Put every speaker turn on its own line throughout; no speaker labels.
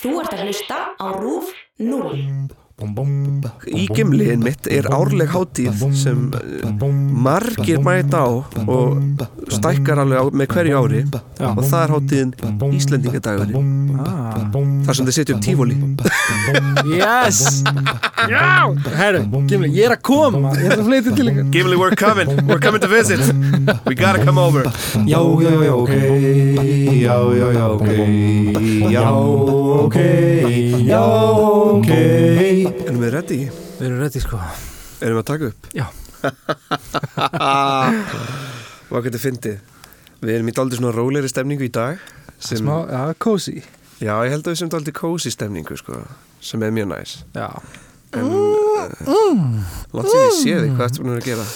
Þú ert að hlusta á RÚF 0.
Í gimliðin mitt er árleg hátíð sem eh, margir mæta á og stækkar alveg á, með hverju ári
Já.
og það er hátíðin Íslendingadagurinn
Ah.
þar sem þið setjum tífóli
Yes Já Herru, Gimli, ég er að koma Ég er að flytja til ykkur
Gimli, we're coming, we're coming to visit We gotta come over
Já, já, já, ok Já, já, já, ok Já, ok Já, ok Við
Erum við ready?
erum ready sko
Erum við að taka upp?
Já.
Hvað getur fyndið? Við erum í daldi svona rólegri stemningu í dag sem,
Smá, já, cozy
Já, ég held að við sem daldi kósi stemningu sko, sem er mjög næs
Já
Látt sem ég sé þig, hvað ertu búin að vera að gera?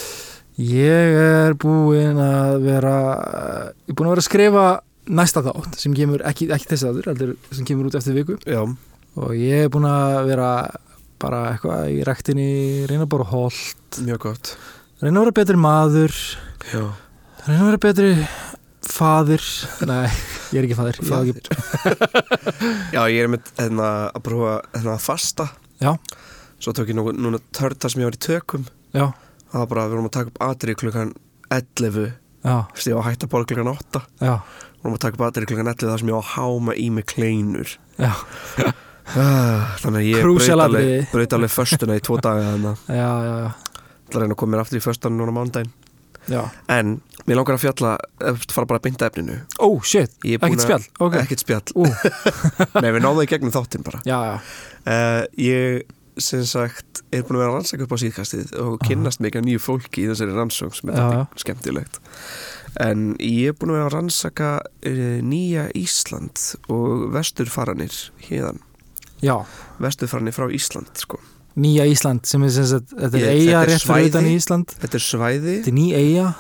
Ég er búinn að vera Ég er búinn að vera að skrifa næsta þátt sem kemur, ekki, ekki þessi þáttur heldur sem kemur út eftir viku
Já,
og ég er búinn að vera bara eitthvað í rektinni reyna að bara hól
mjög gott
reyna að vera betri maður
Já,
reyna að vera betri faðir nei, ég er ekki faðir, ég er ekki,
Já ég er með hérna, að prófa hérna, að fasta
Já.
Svo tók ég nú, núna törta sem ég var í tökum
já,
Það var bara að við vorum að taka upp atrið klukkan 11
já,
Þessi ég var að hætta bara klukkan 8
já,
Við vorum að taka upp atrið klukkan 11 þar sem ég var að háma í mig kleinur
já,
Ah, Þannig að ég
Crucial
braut alveg,
atriði.
braut alveg föstuna í tvo daga þannig að
já, já, já,
það reyna að koma mér aftur í föstuna núna mándaginn
já. En,
En mér langar að fjalla, eh, fara bara að binda efninu
ó, shit,
Ég er búin
ekkert
að-
spjall, ok,
Ekkert spjall,
ú,
nei við náðum það í gegnum þáttinn bara
já, já,
uh, Ég, sem sagt, er búin að vera að rannsaka upp á síðkastið og kynnast mikið af nýju fólki í þessari rannsók sem er
Já,
uh. skemmtilegt En ég er búin að vera að rannsaka uh, nýja Ísland og vesturfaranir hérðan
já
Vesturfaranir frá Ísland, sko
nýja Ísland sem er sem sagt, þetta er
Ég-
eiga
þetta er
rétt fyrir
svæði.
utan Ísland
Þetta er svæði
þetta er ný eiga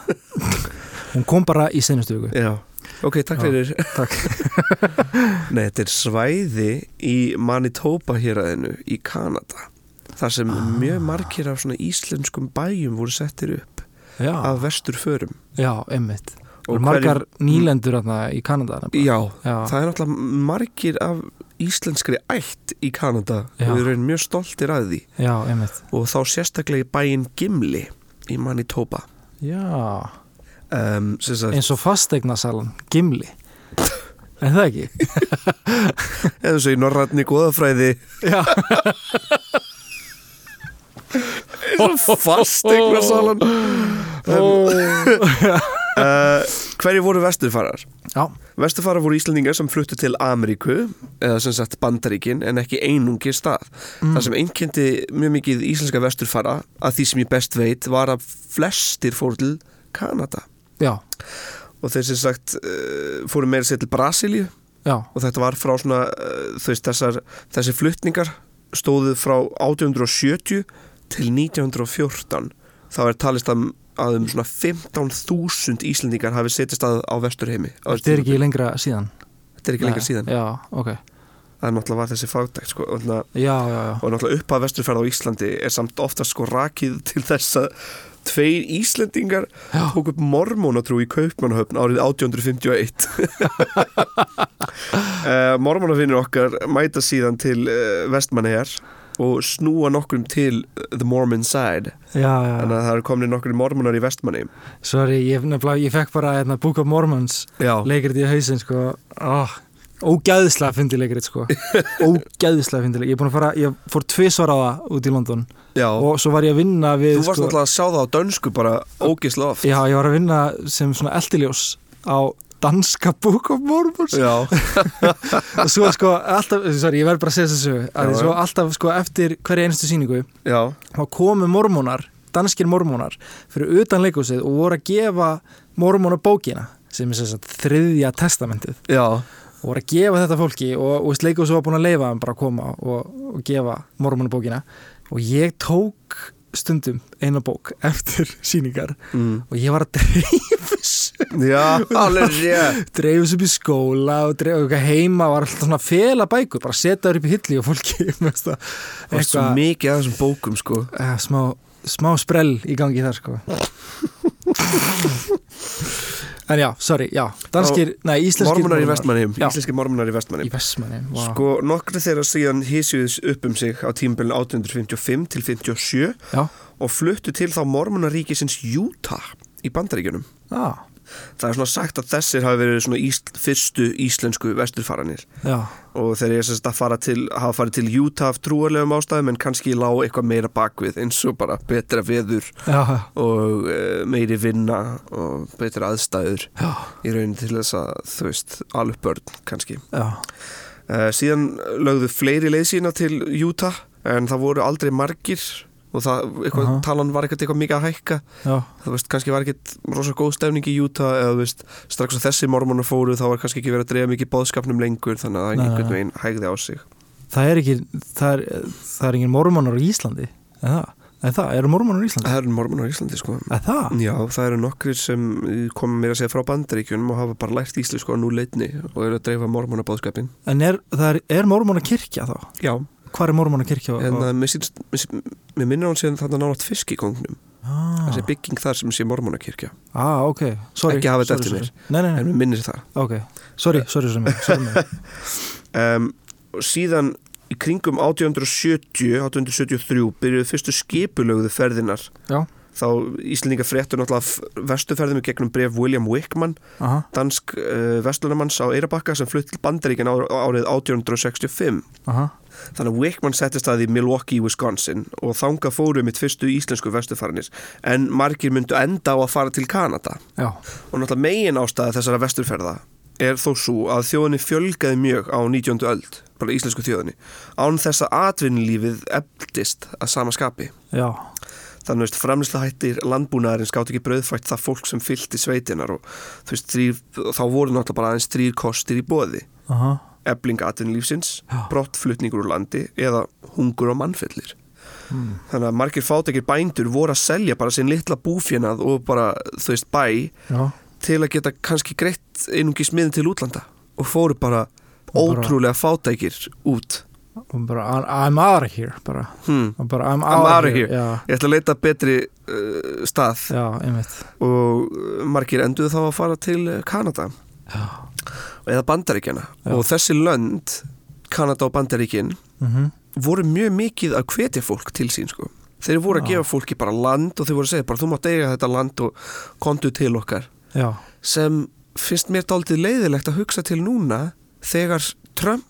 hún kom bara í senustu viku
Já, ok, takk
Já,
fyrir
takk.
Nei, þetta er svæði í Manitoba héraðinu í Kanada þar sem
Ah.
mjög margir af svona íslenskum bæjum voru settir upp
já,
af vesturförum
já, einmitt og
Og Mm.
margar nýlendur þarna í Kanada nefnilega.
Já,
já,
það er náttúrulega margir af íslenskri ætt í Kanada
Já.
og við erum mjög stoltir að því
já, einmitt
og þá sérstaklega í bæin Gimli í Manitoba
já,
um, sem sagt,
eins og fastegnasalan, gimli en það ekki
eða svo í norrætni góðafræði
Já,
fastegnasalan uh, Hverju voru vesturfarar?
já,
Vesturfara voru Íslandingar sem fluttu til Ameríku eða sem sagt Bandaríkin en ekki einungi stað. Það sem einkendi mjög mikið íslenska vesturfara að því sem ég best veit var að flestir fóru til Kanada
já,
og þeir sem sagt eh, fóru meira sér til Brasilíu
já,
og þetta var frá svona eh, þú veist þessar, þessi flutningar stóðu frá 1870 til 1914 þá er talist að, að um svona 15.000 Íslandingar hafi setjast að á vesturheimi. á þessu
þetta er
tímabili.
ekki lengra síðan
Þetta er ekki lengra
Nei.
síðan.
Já, ok,
það er náttúrulega var þessi fagdækt sko, og, na,
já, já, já,
og náttúrulega upphaf vesturferð á Íslandi er samt ofta sko rakið til þess að tveir Íslendingar
Já.
tók upp mormónatrú í Kaupmannahöfn árið 1851 uh, Mormónafinnir okkar mæta síðan til uh, vestmannegar og snúa nokkrum til eh, the Mormon side
já, já,
þannig að það eru komin nokkrum mormónar í vestmanni
sorry, ég, nefnilega, ég fekk bara hérna, Book of Mormons
Já,
leikrit í hausinn, sko oh, ógæðislega fyndi leikrit, sko ógæðislega fyndi leikrit, ég er búin að fara ég fór tvisvar á það út í London
já.
og svo var ég að vinna við,
þú varst
sko
náttúrulega að sjá það á dönsku bara ógisla oft
já, ég var að vinna sem svona eldiljós á danska Book of Mormons
Já.
og svo sko alltaf, sorry, ég verð bara að segja þessu að
Já,
svo
já.
alltaf sko eftir hverja einstu síningu
Já.
þá komu mormónar, danskir mormónar fyrir utan leikúsið og voru að gefa mormóna bókina sem er sem sagt þriðja testamentið
Já.
og voru að gefa þetta fólki og, og leikúsið var búin að leifa þeim bara að koma og, og gefa mormóna bókina og ég tók stundum eina bók eftir síningar
Mm.
og ég var að dreifis
Já, alveg rétt
dreifis upp í skóla og dreifis upp heima var alltaf svona að fela bækur bara setja þær upp í hilli og fólki með þetta
Það var svo mikið af þessum bókum sko
Eh, smá, smá sprell í gangi þar sko En já, sorry, já, danskir, nei, íslenskir
Mormonar í Vestmannheim,
Já.
íslenski mormonar í Vestmannheim
Í Vestmanni, vá
Sko, nokkru þeirra síðan hísjuðis upp um sig á tímabilin 1855 til 57
Já,
og fluttu til þá mormonaríkisins Utah í Bandaríkjunum.
já,
Það er svona sagt að þessir hafi verið svona ísl, fyrstu íslensku vesturfaranir
já,
og þeir eru sérst að fara til, hafa farið til Utah af trúarlegum ástæðum en kannski lág eitthvað meira bakvið eins og bara betra veður
já,
og eh, meiri vinna og betra aðstæður
já,
í raunin til þess að, þú veist, alveg börn kannski.
já,
Eh, síðan lögðu fleiri leið sína til Utah en það voru aldrei margir og það, eitthvað,
Aha.
talan var ekkert eitthvað mikið að hækka
já,
þú veist, kannski var ekkert rosa góð stefning í Utah eða þú veist, strax að þessi mormonar fóru þá var kannski ekki verið að drefa mikið bóðskapnum lengur þannig að það
Nei,
einhvern
nei,
veginn hægði á sig
Það er ekki, það er, það er engin mormonar í Íslandi En það, en það, eru mormonar í Íslandi?
Það eru mormonar í Íslandi sko
En það,
Já, það eru nokkrir sem komum mér að segja frá bandaríkjunum og hafa bara lært íslensku á núleitni og eru að dreifa mormona bóðskapin
en er, það er, er mormonar kirkja þá?
Já,
Hvað er mormonar kirkja?
en það mér sýnst- mér sýnst- mér minnir hann séðan þarna nátt fisk í kongnum
ah,
þessi bygging þar sem sé mormonakirkja
ah, ok, sorry
Ekki hafa þetta
sorry,
eftir
sorry. Nei, nei, nei,
en mér minnir það
ok, sorry, sorry, sorry, sorry, sorry.
um, og síðan í kringum 1870 1873 byrjuðu fyrstu skipulögðu ferðinar
Já,
þá Íslendinga fréttur náttúrulega af vestuferðum í gegnum bref William Wickman
aha,
dansk uh, vestunumanns á Eirabakka sem flutt til Bandaríkjan á, árið 1865
aha
þannig að Wickman settist að í Milwaukee, Wisconsin og þanga fóru mitt fyrstu íslensku vestufarinir en margir myndu enda á að fara til Kanada
Já,
og náttúrulega megin ástæða þessara vesturferða er þó svo að þjóðinni fjölgaði mjög á 19. öld, bara íslensku þjóðinni án þess að atvinnulífið efldist að sama skapi
já,
þannig veist, framlýsla hættir landbúnaðarinn skátt ekki brauðfætt það fólk sem fylgti sveitinar og þú veist, þrýr, þá voru náttúrulega bara aðeins þrýr kostir í boði
aha
ebling atvinnulífsins,
Já.
brottflutningur úr landi eða hungur og mannfellir
Hmm.
þannig að margir fátekir bændur voru að selja bara sinn litla búfjönað og bara, þú veist, bæ
Já,
til að geta kannski greitt einungis miðin til útlanda og fóru bara
Og bara-
ótrúlega fátækir út
og bara, I'm- I'm out of here bara,
hmm.
og bara I'm,
I'm
out
outta here.
Já,
ég ætla að leita betri uh, stað
já, einmitt
og uh, margir enduðu þá að fara til uh, Kanada
Já,
eða Bandaríkjana
Já.
og þessi lönd Kanada og Bandaríkin
mhm
voru mjög mikið að hvetja fólk til sín sko. þeir voru að
Já.
gefa fólki bara land og þeir voru að segja bara þú mátt eiga þetta land og kontu til okkar
Já,
sem finnst mér dálítið leiðilegt að hugsa til núna þegar Trump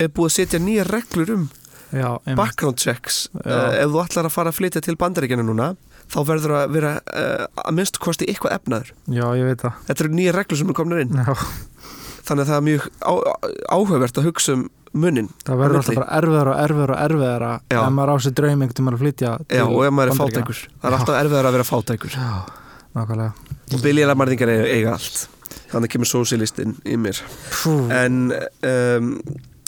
er búið að setja nýja reglur um
já, einmitt
background checks uh,
Já.
ef þú ætlar að fara að flytja til bandaríkjana núna þá verður að vera uh, að minnstu kosti eitthvað efnaður.
Já, ég veit það
Þetta eru nýja reglur sem er komnar inn
Já,
þannig að það er mjög á, á- áhugavert að hugsa um munin
það verður alltaf
milli.
bara erfiðara og erfiðara og erfiðara
Já.
ef maður á sér draum einhvern tímann að flytja
Já, og ef maður er
Bandaríkjanna.
fátækur það er alltaf erfiðar að vera fátækur
Já, nákvæmlega
og biljilega marðingar eiga, eiga allt þannig kemur sósílistinn í mér
Pú,
en um,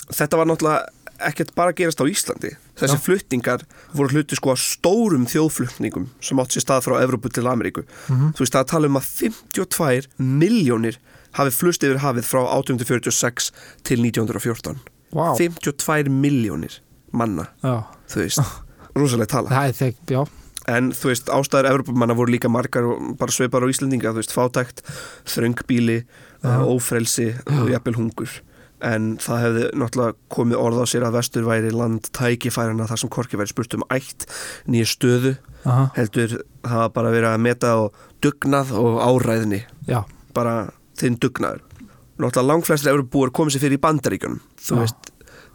þetta var náttúrulega ekkert bara að gerast á Íslandi þessi
Já.
flutningar voru hluti sko að stórum þjóðflutningum sem átt sér stað frá Evrópu til Ameríku
Mhm.
þú veist það er að tala um að 52 miljónir hafi flust yfir hafið frá 1846 til 1914
Vá,
52 miljónir manna
já,
þú veist,
Ah.
rosalega tala
það er þeg, já
en þú veist, ástæður Evrópumanna voru líka margar og bara sveipar á Íslendinga, þú veist, fátækt þröngbíli, uh, ófrelsi og jafnvel hungur en það hefði náttúrulega komið orð á sér að vestur væri land tækifærana þar sem Korki væri spurt um ætt nýja stöðu,
Aha,
heldur það var bara verið að meta á dugnað og áræðni,
já,
bara þinn dugnaður. Náttúrulega langflestir Evrópubúar komið sér fyrir í bandaríkjunum þú
Já.
veist,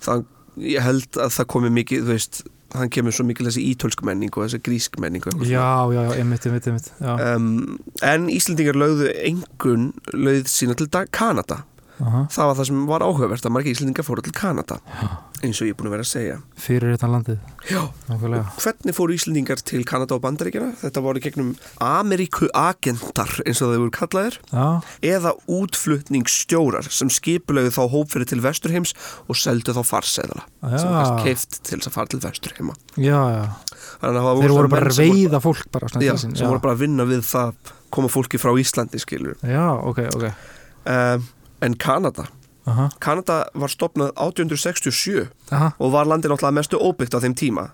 það, ég held að það komið mikið, þú veist hann kemur svo mikil þessi ítölsk menning og þessi grísk menning og eitthvað svona.
já, já, já, einmitt, einmitt, einmitt Já,
um, en Íslendingar lögðu engun lögð sína til Da- Kanada
aha,
það var það sem var áhugavert að margir Íslendingar fóru til Kanada eins og ég er búin að vera að segja
fyrir þetta landið
Já.
Nákvæmlega,
hvernig fóru Íslendingar til Kanada og Bandaríkjana þetta voru gegnum Ameríku agentar eins og þau voru kallaðir
já,
eða útflutningsstjórar sem skipulegu þá hópfyrir til vesturheims og seldu þá farseðala sem
Já.
var keift til þess að fara til vesturheima
já, já
Þannig að það
Þeir voru bara
menn
að
sem
veiða fólk bara svona
já,
til sín,
sem voru bara að vinna við það koma fólki frá Íslandi skilur
Já, ok, ok
um, en Kanada
Aha,
Kanada var stopnað 1867
aha,
og var landið náttúrulega mestu óbyggt á þeim tíma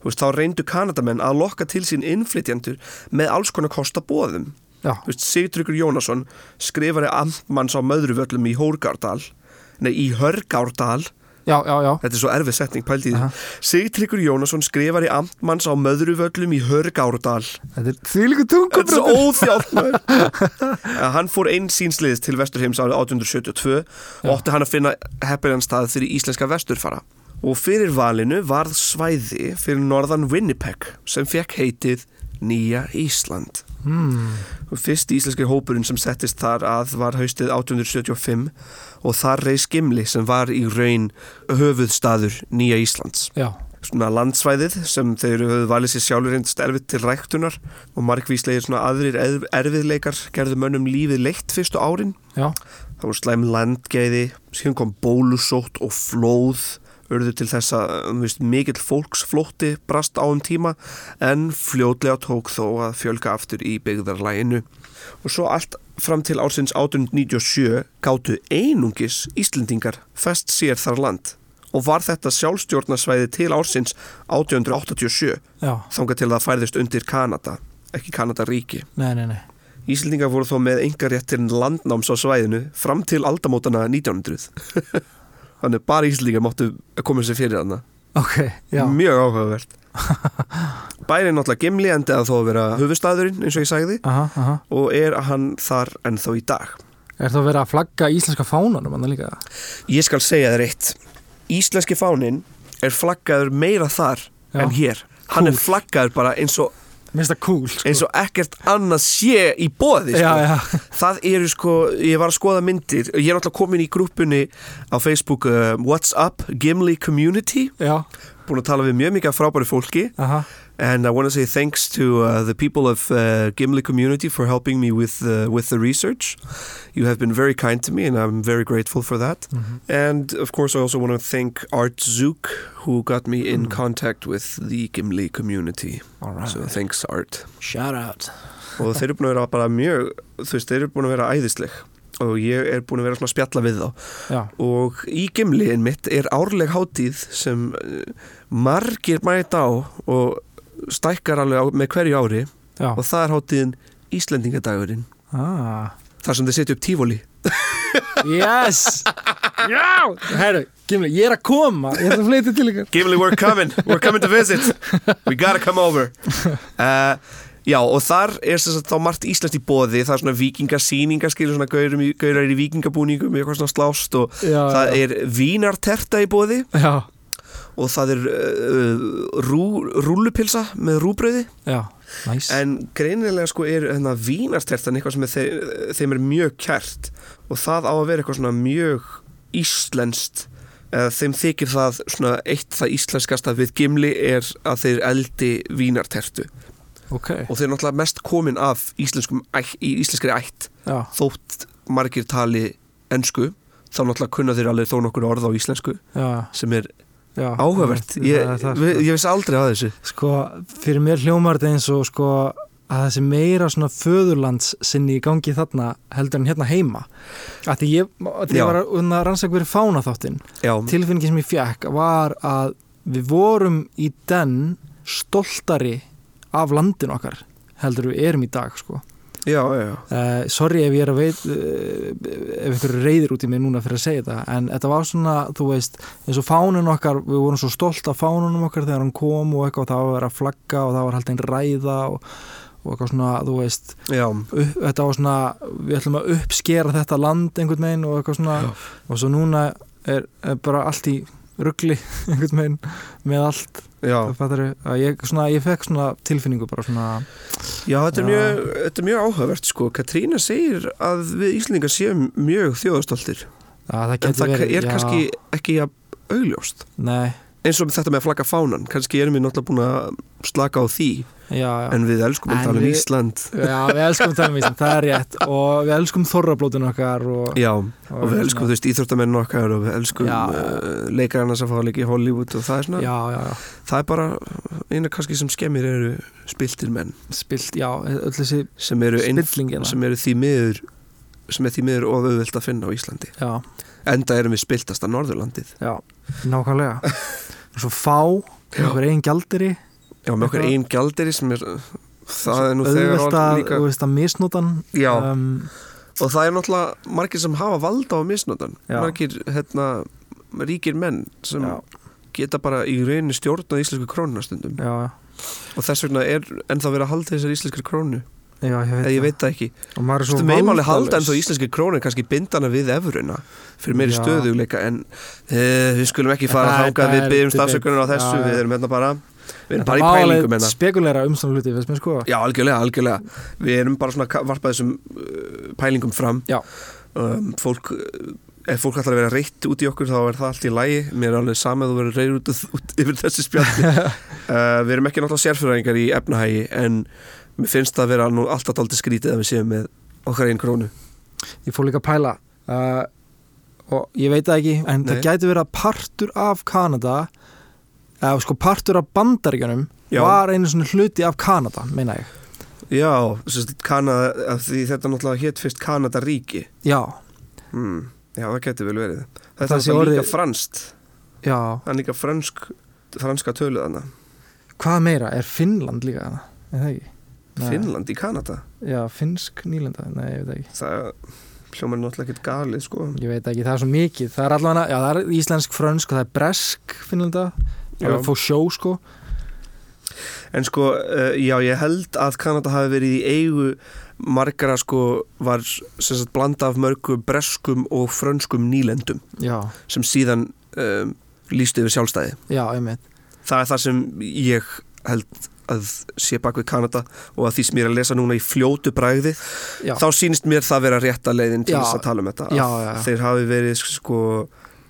Þú veist, þá reyndu Kanadamenn að lokka til sín innflytjendur með alls konar kosta bóðum
Já.
Þú veist, Sigtryggur Jónasson skrifari amtmanns á Möðruvöllum í Hórgárdal nei, í Hörgárdal
já, já, já,
þetta er svo erfið setning, pældi í
Aha.
því Sigtryggur Jónasson skrifari amtmanns á Möðruvöllum í Hörgárdal
þetta er því líka
Þetta er
tungubröður
svo óþjátt maður. Eh, Hann fór einn sínsliðis til Vesturheims árið 1872 og átti hann að finna heppilegan stað fyrir íslenska vesturfara. Og fyrir valinu varð svæði fyrir norðan Winnipeg sem fekk heitið Nýja Ísland.
mm.
Og Fyrst íslenski hópurinn sem settist þar að var haustið 1875 og þar reis Gimli sem var í raun höfuðstaður Nýja Íslands
Já,
svona landsvæðið sem þeir höfðu valið sér sjálfur reyndist erfitt til ræktunar og markvíslegir svona aðrir erf- erfiðleikar gerðu mönnum lífið leitt fyrstu árin.
já,
Það voru slæm landgæði, síðan kom bólusótt og flóð urðu til þess að um, veist, mikill fólksflótti brast á um tíma en fljótlega tók þó að fjölga aftur í byggðarlæginu og svo allt fram til ársins 1897 gátu einungis Íslendingar fest sér þar land og var þetta sjálfstjórnarsvæði til ársins 1887
já
þangað til það færðist undir Kanada ekki Kanada ríki
Nei, nei, nei
Íslendingar voru þó með engar réttir landnáms á svæðinu fram til aldamótana 1900 þannig bara Íslendingar máttu koma sér fyrir þarna
Ok, já,
mjög áhugavert bæri náttúrulega Gimli endi að þó að vera höfustaðurinn eins og ég sagði
aha, aha
og er hann þar ennþá í dag
Er það að vera að flagga íslenska fánanum annar líka?
ég skal segja þér eitt Íslenski fáninn er flaggaður meira þar
Já.
en hér hann er
Cool.
flaggaður bara eins og,
Mér finnst það cool, sko
eins og ekkert annað sé í boði sko.
Já, já,
Það eru sko, ég var að skoða myndir Ég er náttúrulega komin í grúppunni á Facebook uh, What's Up Gimli Community
já,
Búin að tala við mjög mikið af frábæri fólki
aha
And I want to say thanks to uh, the people of uh, Gimli Community For helping me with, uh, with the research You have been very kind to me And I'm very grateful for that
Mhm.
And of course I also want to thank Art Zook Who got me in contact with the Gimli Community
All right
So thanks Art
Shout out
og þeir eru búin að vera bara mjög þú veist, þeir eru búin að vera æðisleg og ég er búin að vera svona að spjalla við þá
Já,
og í gemliðin mitt er árleg hátíð sem eh, margir mæta á og stækkar alveg á, með hverju ári
já
og það er hátíðin Íslendingadagurinn
ah.
þar sem þeir setja upp tífóli
Yes Já, herru, Gimli, ég er að koma Ég ætla að fleita til ykkar
Gimli, we're coming, we're coming to visit We gotta come over uh, Já, og þar er sem sagt þá margt íslenskt í boði Það er svona vikingasýningar skilur svona gaurum í- gaurar í vikingabúningum eitthvað svona slást og
Já,
það
já.
er vínarterta í boði
Já,
og það er uh, rú, rúllupilsa með rúbröði
já, næs
en greinilega sko er hérna, vínartertan eitthvað sem er þeim, þeim er mjög kært og það á að vera eitthvað svona mjög íslenskt eða þeim þykir það svona eitt það íslenskasta við gimli er að þeir eldi vínartertu
Ok,
og þeir eru náttúrulega mest komin af íslenskum, ætt- í íslenskri ætt
já,
þótt margir tali ensku þá náttúrulega kunna þeir alveg þó nokkur orð á íslensku
já,
sem er
já
áhugavert
Það-
ég,
það- það-
vi- ég vissi aldrei að þessu
Sko, fyrir mér hljómar þetta eins og sko að þessi meira svona föðurlands sinni í gangi þarna heldur en hérna heima að því ég, að því
Já.
ég var um að unna rannsaka verið fána þáttin
já,
tilfinningi sem ég fekk var að við vorum í den stoltari af landin okkar heldur en við erum í dag sko
já, já,
uh, sorry ef ég er að veit uh, ef ykkur er reyðir út í mig núna fyrir að segja þetta en þetta var svona, þú veist eins og fánun okkar, við vorum svo stolt af fánunum okkar þegar hann kom og eitthvað og það var að vera að flagga og það var haldin ræða og, og eitthvað svona, þú veist
já,
upp, þetta var svona, við ætlum að uppskera þetta land einhvern veginn og eitthvað svona
Já.
og svo núna er, er bara allt í ruggli einhvern veginn með allt,
já.
það fattar að ég svona, ég fekk svona tilfinningu bara svona,
já þetta, er
Já.
mjög, þetta er mjög áhugavert sko. Katrína segir að við Íslendingar séum mjög þjóðastoltir
að það
en
getur
það
verið
er
já,
kannski ekki að augljóst
nei,
eins og þetta með að flagga fánan kannski erum við náttúrulega búin að slaka á því
já, já.
en við elskum
En
að tala um
við-
Ísland
Já, við elskum tannvísin, það er rétt og við elskum þorrablótin okkar og, hérna-
já, og við elskum þú veist íþróttamenn okkar og við elskum
Já.
uh, leikarana sem fá að leika í Hollywood og það er svona
Já, já, já,
það er bara eina kannski sem skemmir eru spiltir menn
spilt, já, öll þessi hérna.
sem eru, ein,
spillingina
sem eru því miður sem er því miður og auðvöld að finna á Íslandi
Já,
enda erum við spiltasta Norðurlandið
já, nákvæmlega Svo fá,
Já.
einhver eigin gjaldiri
já, með okkur
Eitthvað-
einn gjaldiri sem er það er nú þegar
auðvelt
orðið
að,
líka
þú veist, að misnótan
Já.
um,
og það er náttúrulega margir sem hafa valda á misnotan
Já.
margir hérna, ríkir menn sem
já,
geta bara í rauninni stjórnað íslensku krónuna stundum
já,
og þess vegna er ennþá verið að halda þessar íslenskri krónu
já, ég veit,
eða ég veit það ekki
það. og maður er
Þú
svo
meðum alveg halda
valdalaus.
ennþá íslenskri krónu en kannski bindana við evruna fyrir meiri
Já.
stöðugleika en uh, við skulum ekki fara að
Það er-
þáka
það
við
er
byggjum
debate.
stafsökunar á þessu
Já, já.
við erum hérna bara við erum
En það
bara í
má alveg
pælingum hérna
spekulera um svona hluti, veist mér sko
Já, algjörlega, algjörlega. Við erum bara svona að varpa þessum uh, pælingum fram.
Já.
Um, fólk, uh, ef fólk ætlar að vera reitt út í okkur þá er það allt í lægi. Mér er alveg sama að þú verður reyður út, út yfir þessi spjaldi. uh, við erum ekki náttúrulega sérfræðingar í efnahægi en mér finnst það að vera nú alltaf daldið skrítið að við séum með okkar einn krónu.
ég fór líka að pæla uh, og ég veit það ekki en
Nei.
það gæti verið að partur af Kanada eða sko partur af bandaríkjunum
Já.
var einu svona hluti af Kanada, meina ég
Já, sérst, Kanada, af því þetta náttúrulega hétt fyrst Kanadaríki.
já,
Hmm. Já, það getur vel verið. Þetta
Það
er
sé
náttúrulega líka
orðið-
franskt.
já,
Það er líka fransk, franska töluð hana.
hvað meira er Finnland líka þarna, er það ekki? Nei.
Finnland í Kanada.
já, finnsk nýlenda, nei, ég veit það ekki
það hljómar náttúrulega ekkert galið sko
ég veit það ekki, það er svo mikið, það er allavega já, það er íslensk, frönsk, það er bresk Finnlanda, það
Já.
er fó sjó sko
en sko, uh, já ég held að Kanada hafi verið í eigu margara sko var sem sagt blanda af mörgu breskum og frönskum nýlendum
já,
sem síðan um, lístu yfir sjálfstæði
já, einmitt
það er það sem ég held að sé bak við Kanada og að því sem ég er að lesa núna í fljótu bragði
já,
þá sýnist mér það vera rétta leiðin til
Já.
þess að tala um þetta
já,
Að
já,
þeir hafi verið sko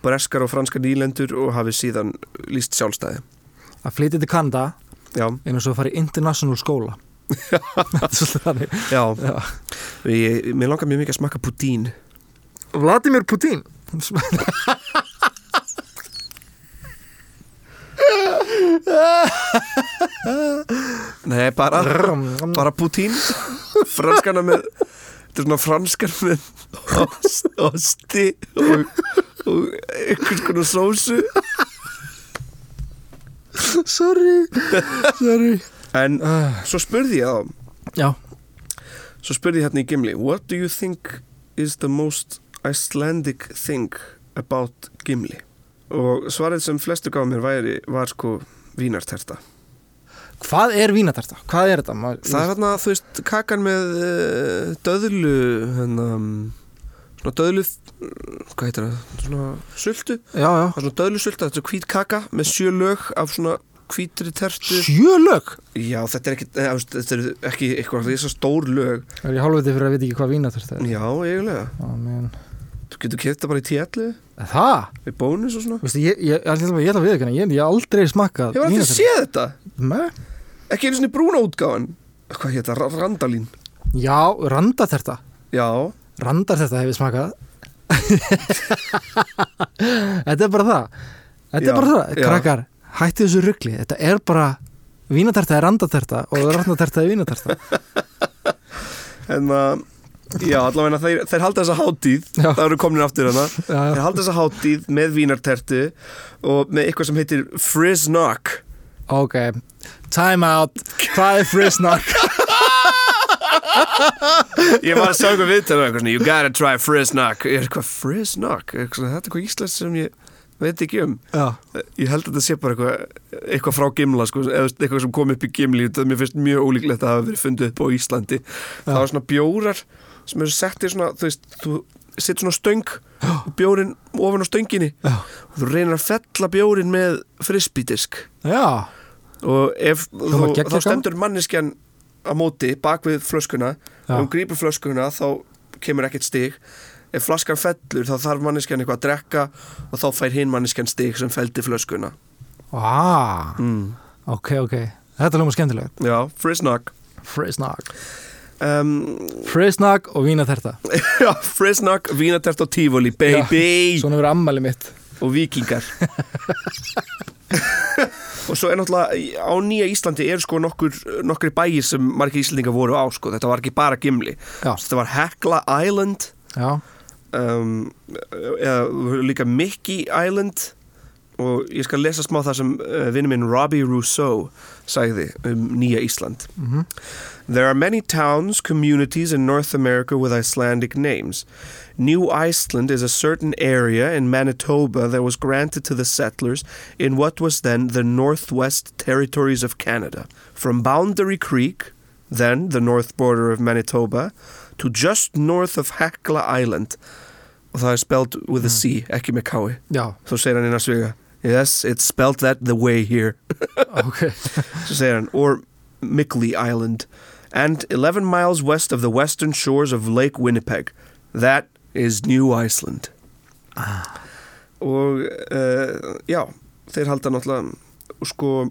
breskar og franskar nýlendur og hafi síðan líst sjálfstæði
að flytja til Kanada
já,
en þess að fara í international skóla Þetta er svolítið þannig.
já
Já.
Ég, mér langar mjög mikið að smakka pudín
Vladimir Putin
Nei, bara,
bara
bara pudín Franskana með Þetta er svona franskar með ost, Osti og, og einhvers konar sósu
sorry, sorry.
En
Uh,
svo spurði ég þá
já,
Svo spurði ég hérna í Gimli What do you think is the most Icelandic thing about Gimli? Og svarið sem flestu gaf mér væri var sko vínarterta
hvað er vínatarta? Hvað er þetta? Ma,
Það er hérna, þú veist, kakan með uh, döðlu hérna, mm, svona döðlu hvað heitir það, svona sultu það
Já, já
er svona döðlu sulta, þetta er hvít kaka með sjö lög af svona hvítri tertu
Sjölög?
Já, þetta er ekki, eða, þú veist, þetta er ekki eitthvað þess að stór lög
Það er í hálfviti fyrir að vita ekki hvað vínatarta er
Já, eiginlega,
Ó, man.
þú getur keft það bara í tjallu
Það?
við bónus og svona
Vistu, ég, ég, ég, ætla- ég ætla að viðkynna, ég, ég hef aldrei smakkað
Ég var alltaf að sé þetta,
séð
ekki einu svona brúna útgáfan Hvað hétt það, randalín
Já, randaterta
Já,
Randaterta hef ég smakkað Þetta er bara það Þetta
Já,
er bara það,
já.
krakkar Hætti þessu ruggli, þetta er bara Vínaterta er randaterta og randaterta er vínaterta
en að Hérna, Já, allavega þeir, þeir halda þessa hátíð
Já.
Það eru komnir aftur hana
Já,
Þeir
já.
halda þessa hátíð með vínartertu og með eitthvað sem heitir Friznock
Ok, time out Hvað er frisnark?
Ég var að sjá eitthvað viðtölu og eitthvað svona You gotta try Friznock Ég er eitthvað Friznock Eitthvað svona, Þetta er eitthvað íslensk sem ég veit ekki um
Já,
Ég held að þetta sé bara eitthvað eitthvað frá gimla sko, eða eitthvað sem kom upp í gimli þetta mér finnst mjög ólíklegt að hafa verið fundið upp á Íslandi Það var svona bjórar sem eru settir svona þú veist, þú setur svona stöng og bjórin ofan á stönginni
já,
og þú reynir að fella bjórin með frisbydisk
já.
og ef þú,
var geggjað
þá stendur manneskjan á móti bak við flöskuna
Já.
og hún grípur flöskuna þá kemur ekkert stig ef flaskan fellur þá þarf manneskjan eitthvað að drekka og þá fær hinn manneskjan stig sem feldi flöskuna
Ah,
mm.
ok, ok Þetta er ljóma skemmtilegt
já, frisnag
Frisnark
um,
Frisnark og vínaterta
já, frisnag, vínatert og tífóli baby
Svona verið ammæli mitt
og vikingar og svo er náttúrulega í- á nýja Íslandi er sko nokkur, nokkur bæir sem margir Íslandingar voru á sko, þetta var ekki bara gimli
Já,
þetta var Hekla Island
já,
um, eða líka Mickey Island og ég skal lesa smá það sem uh, vinnu minn Robbie Rousseau sagði um nýja Ísland
Mhm.
There are many towns, communities in North America with Icelandic names. New Iceland is a certain area in Manitoba that was granted to the settlers in what was then the Northwest Territories of Canada. From Boundary Creek, then the north border of Manitoba, to just north of Hecla Island. Og það er spelt with a C, ekki með kái.
já,
Svo segir hann innan sviga, yes, it's spelt that the way here.
ok
Svo segir hann, or Mickley Island and 11 miles west of the western shores of Lake Winnipeg that is New Iceland og uh, já, þeir halda náttúrulega sko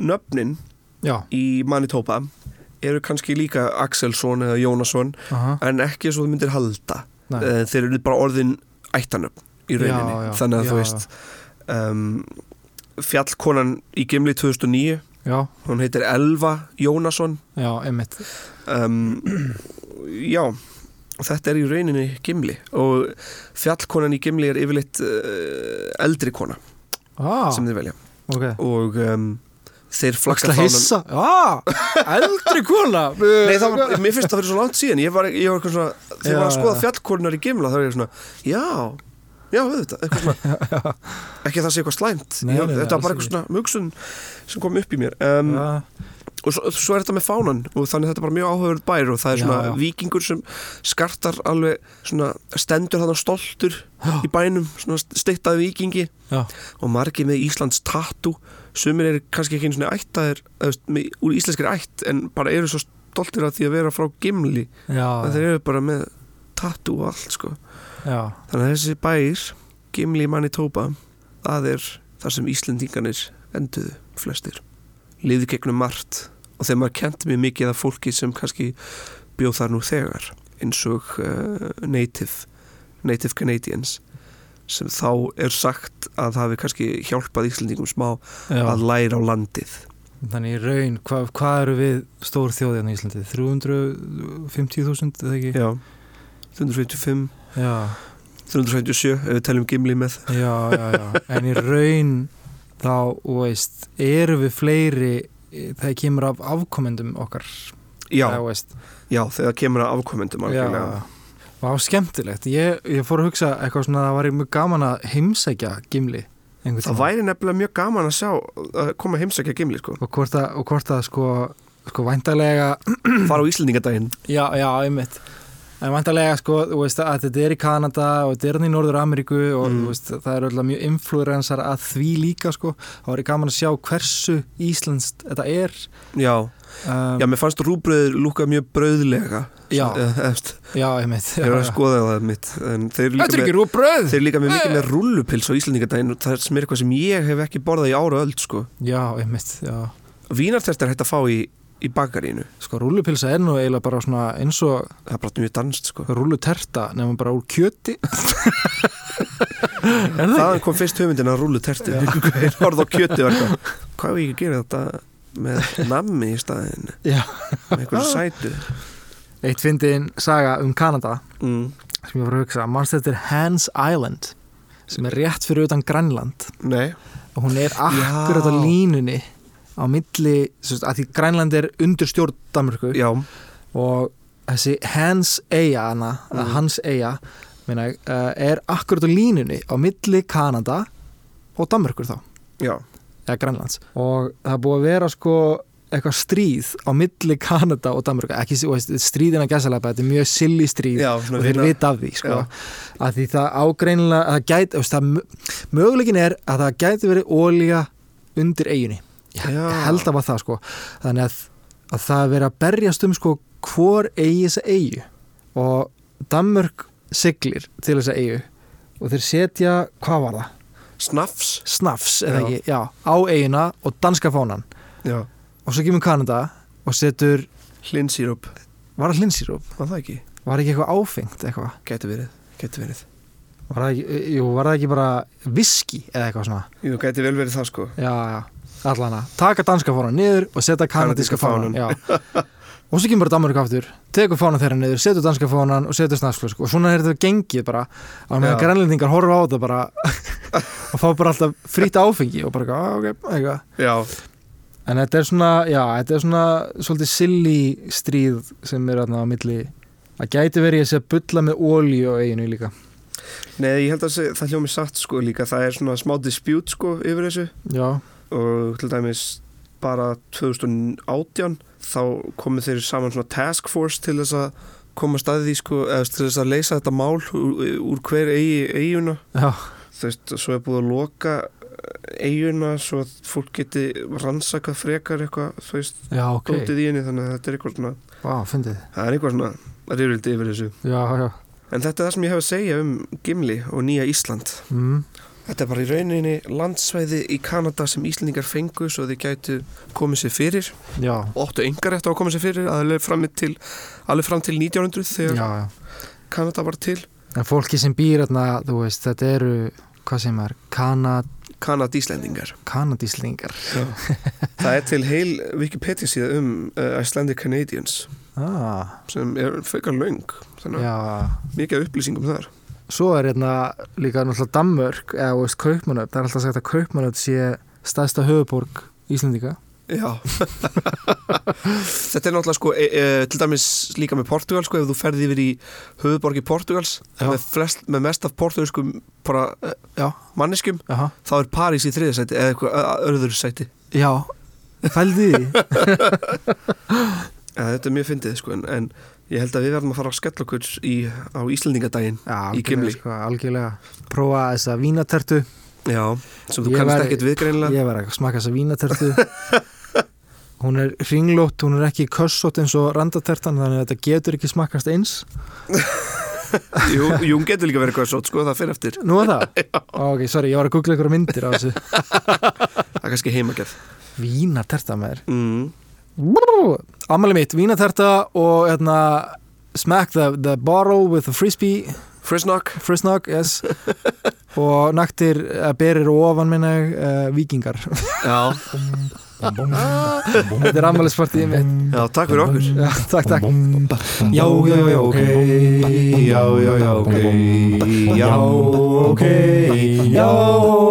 nöfnin
já,
í Manitoba eru kannski líka Axelsson eða Jónasson
aha,
en ekki eins og þú myndir halda
Nei.
uh, þeir eru bara orðin ættanöfn í rauninni
Já, já,
þannig að
já,
þú veist um, fjallkonan í Gimli 2009
já,
hún heitir Elva Jónasson
já, einmitt
um, já þetta er í rauninni gimli og fjallkonan í gimli er yfirleitt uh, eldri kona
ah,
sem þeir velja
ok
og um, þeir flakka
Slagslega hissa Já, eldri kona
Nei, það var, mér finnst það fyrir svo langt síðan ég var, ég var eitthvað svona, þegar
Já,
ég var að skoða
já.
fjallkonunar í gimla þá er ég svona, já, já, auðvitað eitthvað svona, ekki að það sé eitthvað slæmt ég,
Nei, nei, nei,
þetta var bara
alls
eitthvað svona mugsun sem kom upp í mér um,
Já,
og svo, svo er þetta með fánan og þannig þetta er bara mjög áhugaverð bær og það er
Já,
svona
já.
vikingur sem skartar alveg svona stendur þannig stoltur í bænum, svona steittað vikingi
já,
og margir með Íslands tattu sumir eru kannski ekki einu svona ættaðir eða, þú veist, með, úr íslenskir ætt en bara eru svo stoltir af því að vera frá gimli
já,
að þeir eru bara með tattu og allt sko
já,
þannig að þessi bær, gimli manni tópa það er þar sem Íslendinganir enduðu flestir liði gegnum margt og þegar maður kent mér mikið af fólki sem kannski bjóð þar nú þegar eins og uh, native native Canadians sem þá er sagt að hafi kannski hjálpað Íslendingum smá
já.
að læra á landið
Þannig í raun, hva, hvað eru við stór þjóðið hérna í Íslandi? 350.000 eða ekki?
Já 355,
Já,
357 ef við teljum gimli með
já, já, já. En í raun þá, þú veist, eru við fleiri eh, þegar kemur af afkomendum okkar
Já,
eða, þú veist,
já þegar kemur að afkomendum
já,
algjörlega.
Vá, skemmtilegt ég, ég fór að hugsa eitthvað svona að það var mjög gaman að heimsækja gimli einhvern
Það
tímann.
væri nefnilega mjög gaman að sjá að koma að heimsækja gimli sko
og hvort að, og hvort að sko, sko væntalega
fara á Íslendingadaginn
já, já, einmitt en væntalega sko, þú veist að þetta er í Kanada og þetta er hann í Norður Ameríku og
Mm.
þú veist, það er alltaf mjög influensar að því líka sko, þá er ég gaman að sjá hversu íslenskt þetta er
Já,
um,
já, mér fannst rúbröður lúka mjög brauðlega
Já.
Eh, efst,
já, einmitt já,
Ég var að
já.
skoða það mitt En þeir eru líka
Þetta er
með,
ekki rúbröð
þeir eru líka með mikið með rúllupils á Íslendingadaginn og það sem er eitthvað sem ég hef ekki borðað í ára öld sko
Já, einmitt, já
Vínartest er hægt að fá í, í bakarínu
Sko rúllupilsa er nú eiginlega bara svona eins og
Það er bara mjög danst sko
rúlluterta nefnum bara úr kjöti Er það
Þaðan kom fyrst höfundin að rúllutertu Þeir horfðu á kjöti og eitthvað Hvað er ég að gera þetta með nammi í staðin
Já.
Með einhverju sætu
Eitt fyndin saga um Kanada
mm.
sem ég var að hugsa, mannst þetta er Hans Island sem er rétt fyrir utan Grænland
Nei
og hún er akkurat á
Já.
línunni á milli, sem sagt, að því Grænland er undir stjórn Danmörku
Já,
og þessi Hans Eyja hana,
Mm.
mm. Hans Eyja meina, ég, uh, er akkurat á línunni á milli Kanada og Danmörkur þá
já
eða Grænlands og það er búið að vera sko eitthvað stríð á milli Kanada og Danmörk ekki þú veist, stríðina gæsalega þetta er mjög silly stríð
Já, svona
og þeir
vinna-
vita af því sko,
Já.
að því það ágreinlega það gæti, þú veist, það mö- möguleikin er að það gæti verið ólíja undir eiginni ég,
Já.
ég held að var það sko þannig að, að það er verið að berjast um sko hvor eigi þessa eigu og Danmörk siglir til þessa eigu og þeir setja, hvað var það?
Snafs
snafs eða
Já.
ekki, já, á eigina og danska fánan
Já
og svo kemur Kanada og setur
Hlinsýrup
var það hlinsýrúf,
Var það ekki?
var ekki eitthvað áfengt eitthvað
Gæti verið, gæti verið
Var það ekki, e, jú, var það ekki bara viski eða eitthvað svona?
Jú, gæti vel verið það sko
Já, já, allan að taka danska fánan niður og setja kanadíska
Kanadíska
fánan. Já. Og svo kemur bara Danmark aftur, tekur fánan þeirra niður, setur danska fánan og setur snarflösk og svona er þetta gengið bara að meðan
Já.
grænlendingar horfa á þetta bara og fá bara alltaf frýtt áfengi og bara "Ah, ok, eitthvað.
Já,
En þetta er svona, já, þetta er svona svolítið silly stríð sem er aðna á milli að gæti verið að sé að bulla með ólíu á eiginu líka.
nei, ég held að sé- það hljómi satt sko líka Það er svona smá dispjút sko yfir þessu
Já,
og til dæmis bara 2018 þá komu þeir saman svona task force til þess að koma staðið í sko, eða til þess að leysa þetta mál úr, úr hver eigi, eiguna
já,
þú veist, svo er búið að loka eiguna svo að fólk geti rannsakað frekar eitthvað, þú veist,
já, ok.
okay. í henni þannig að þetta er eitthvað svona,
Vá, fyndið.
það er eitthvað svona rifrildi yfir þessu,
Já, já.
en þetta er það sem ég hef að segja um Gimli og Nýja Ísland
Mm.
Þetta er bara í rauninni landsvæði í Kanada sem Íslendingar fengu svo þið gætu komið sér fyrir
Já,
óttu engar eftir að koma sér fyrir alveg fram til, alveg fram til 1900 þegar
já, já.
Kanada var til
En fólki sem býr þarna, þú veist, þetta eru, hvað sem er, kanad,
Kanadíslendingar
kanadíslingar.
Það er til heil Wikipedia síða um uh, Icelandic Canadians
Ah,
sem er fekar löng þannig að
já.
mikið af upplýsingum þar
Svo er hérna líka náttúrulega Danmörk, eða, þú veist, Kaupmannöfn, það er alltaf sagt að Kaupmannöfn sé staðsta höfuborg Íslendinga.
Já Þetta er náttúrulega sko e, e, til dæmis líka með Portugal sko ef þú ferði yfir í höfuborgi Portugals
Já.
með, flest, með mest af portugalskum bara eh,
Já.
manneskum
Jaha.
þá er París í þriðasæti eða eitthvað öðru sæti
Já, fældi því.
Ja, þetta er mjög fyndið sko en, en ég held að við verðum að fara að skella okkur í, á Íslandingadaginn
Já,
Í Gimli.
algjörlega, sko, algjörlega. Prófa þessa vínatertu
Já, sem þú
Ég
kannast
væri-
ekkert við greinlega
Ég var að smaka þessa vínatertu Hún er hringlótt, hún er ekki kössótt eins og randatertan Þannig að þetta getur ekki smakast eins
Jú, jú, hún getur líka verið eitthvað svo sko, það fer eftir
Nú er það? ok, sorry, ég var að googla ykkur myndir á þessu
Það er kannski heimagerð
Vínaterta maður
mm.
Ammali mitt, vínaterta og hérna Smack the, the bottle with the frisbee
Frisnock
Frisnog, yes Og naktir að berir og ofan minna uh, Víkingar
Já.
Þetta er ammælispartíð mitt
Já, takk fyrir okkur
Já, takk, takk
Já, já, já, ok Já, já, já, ok Já, ok Já,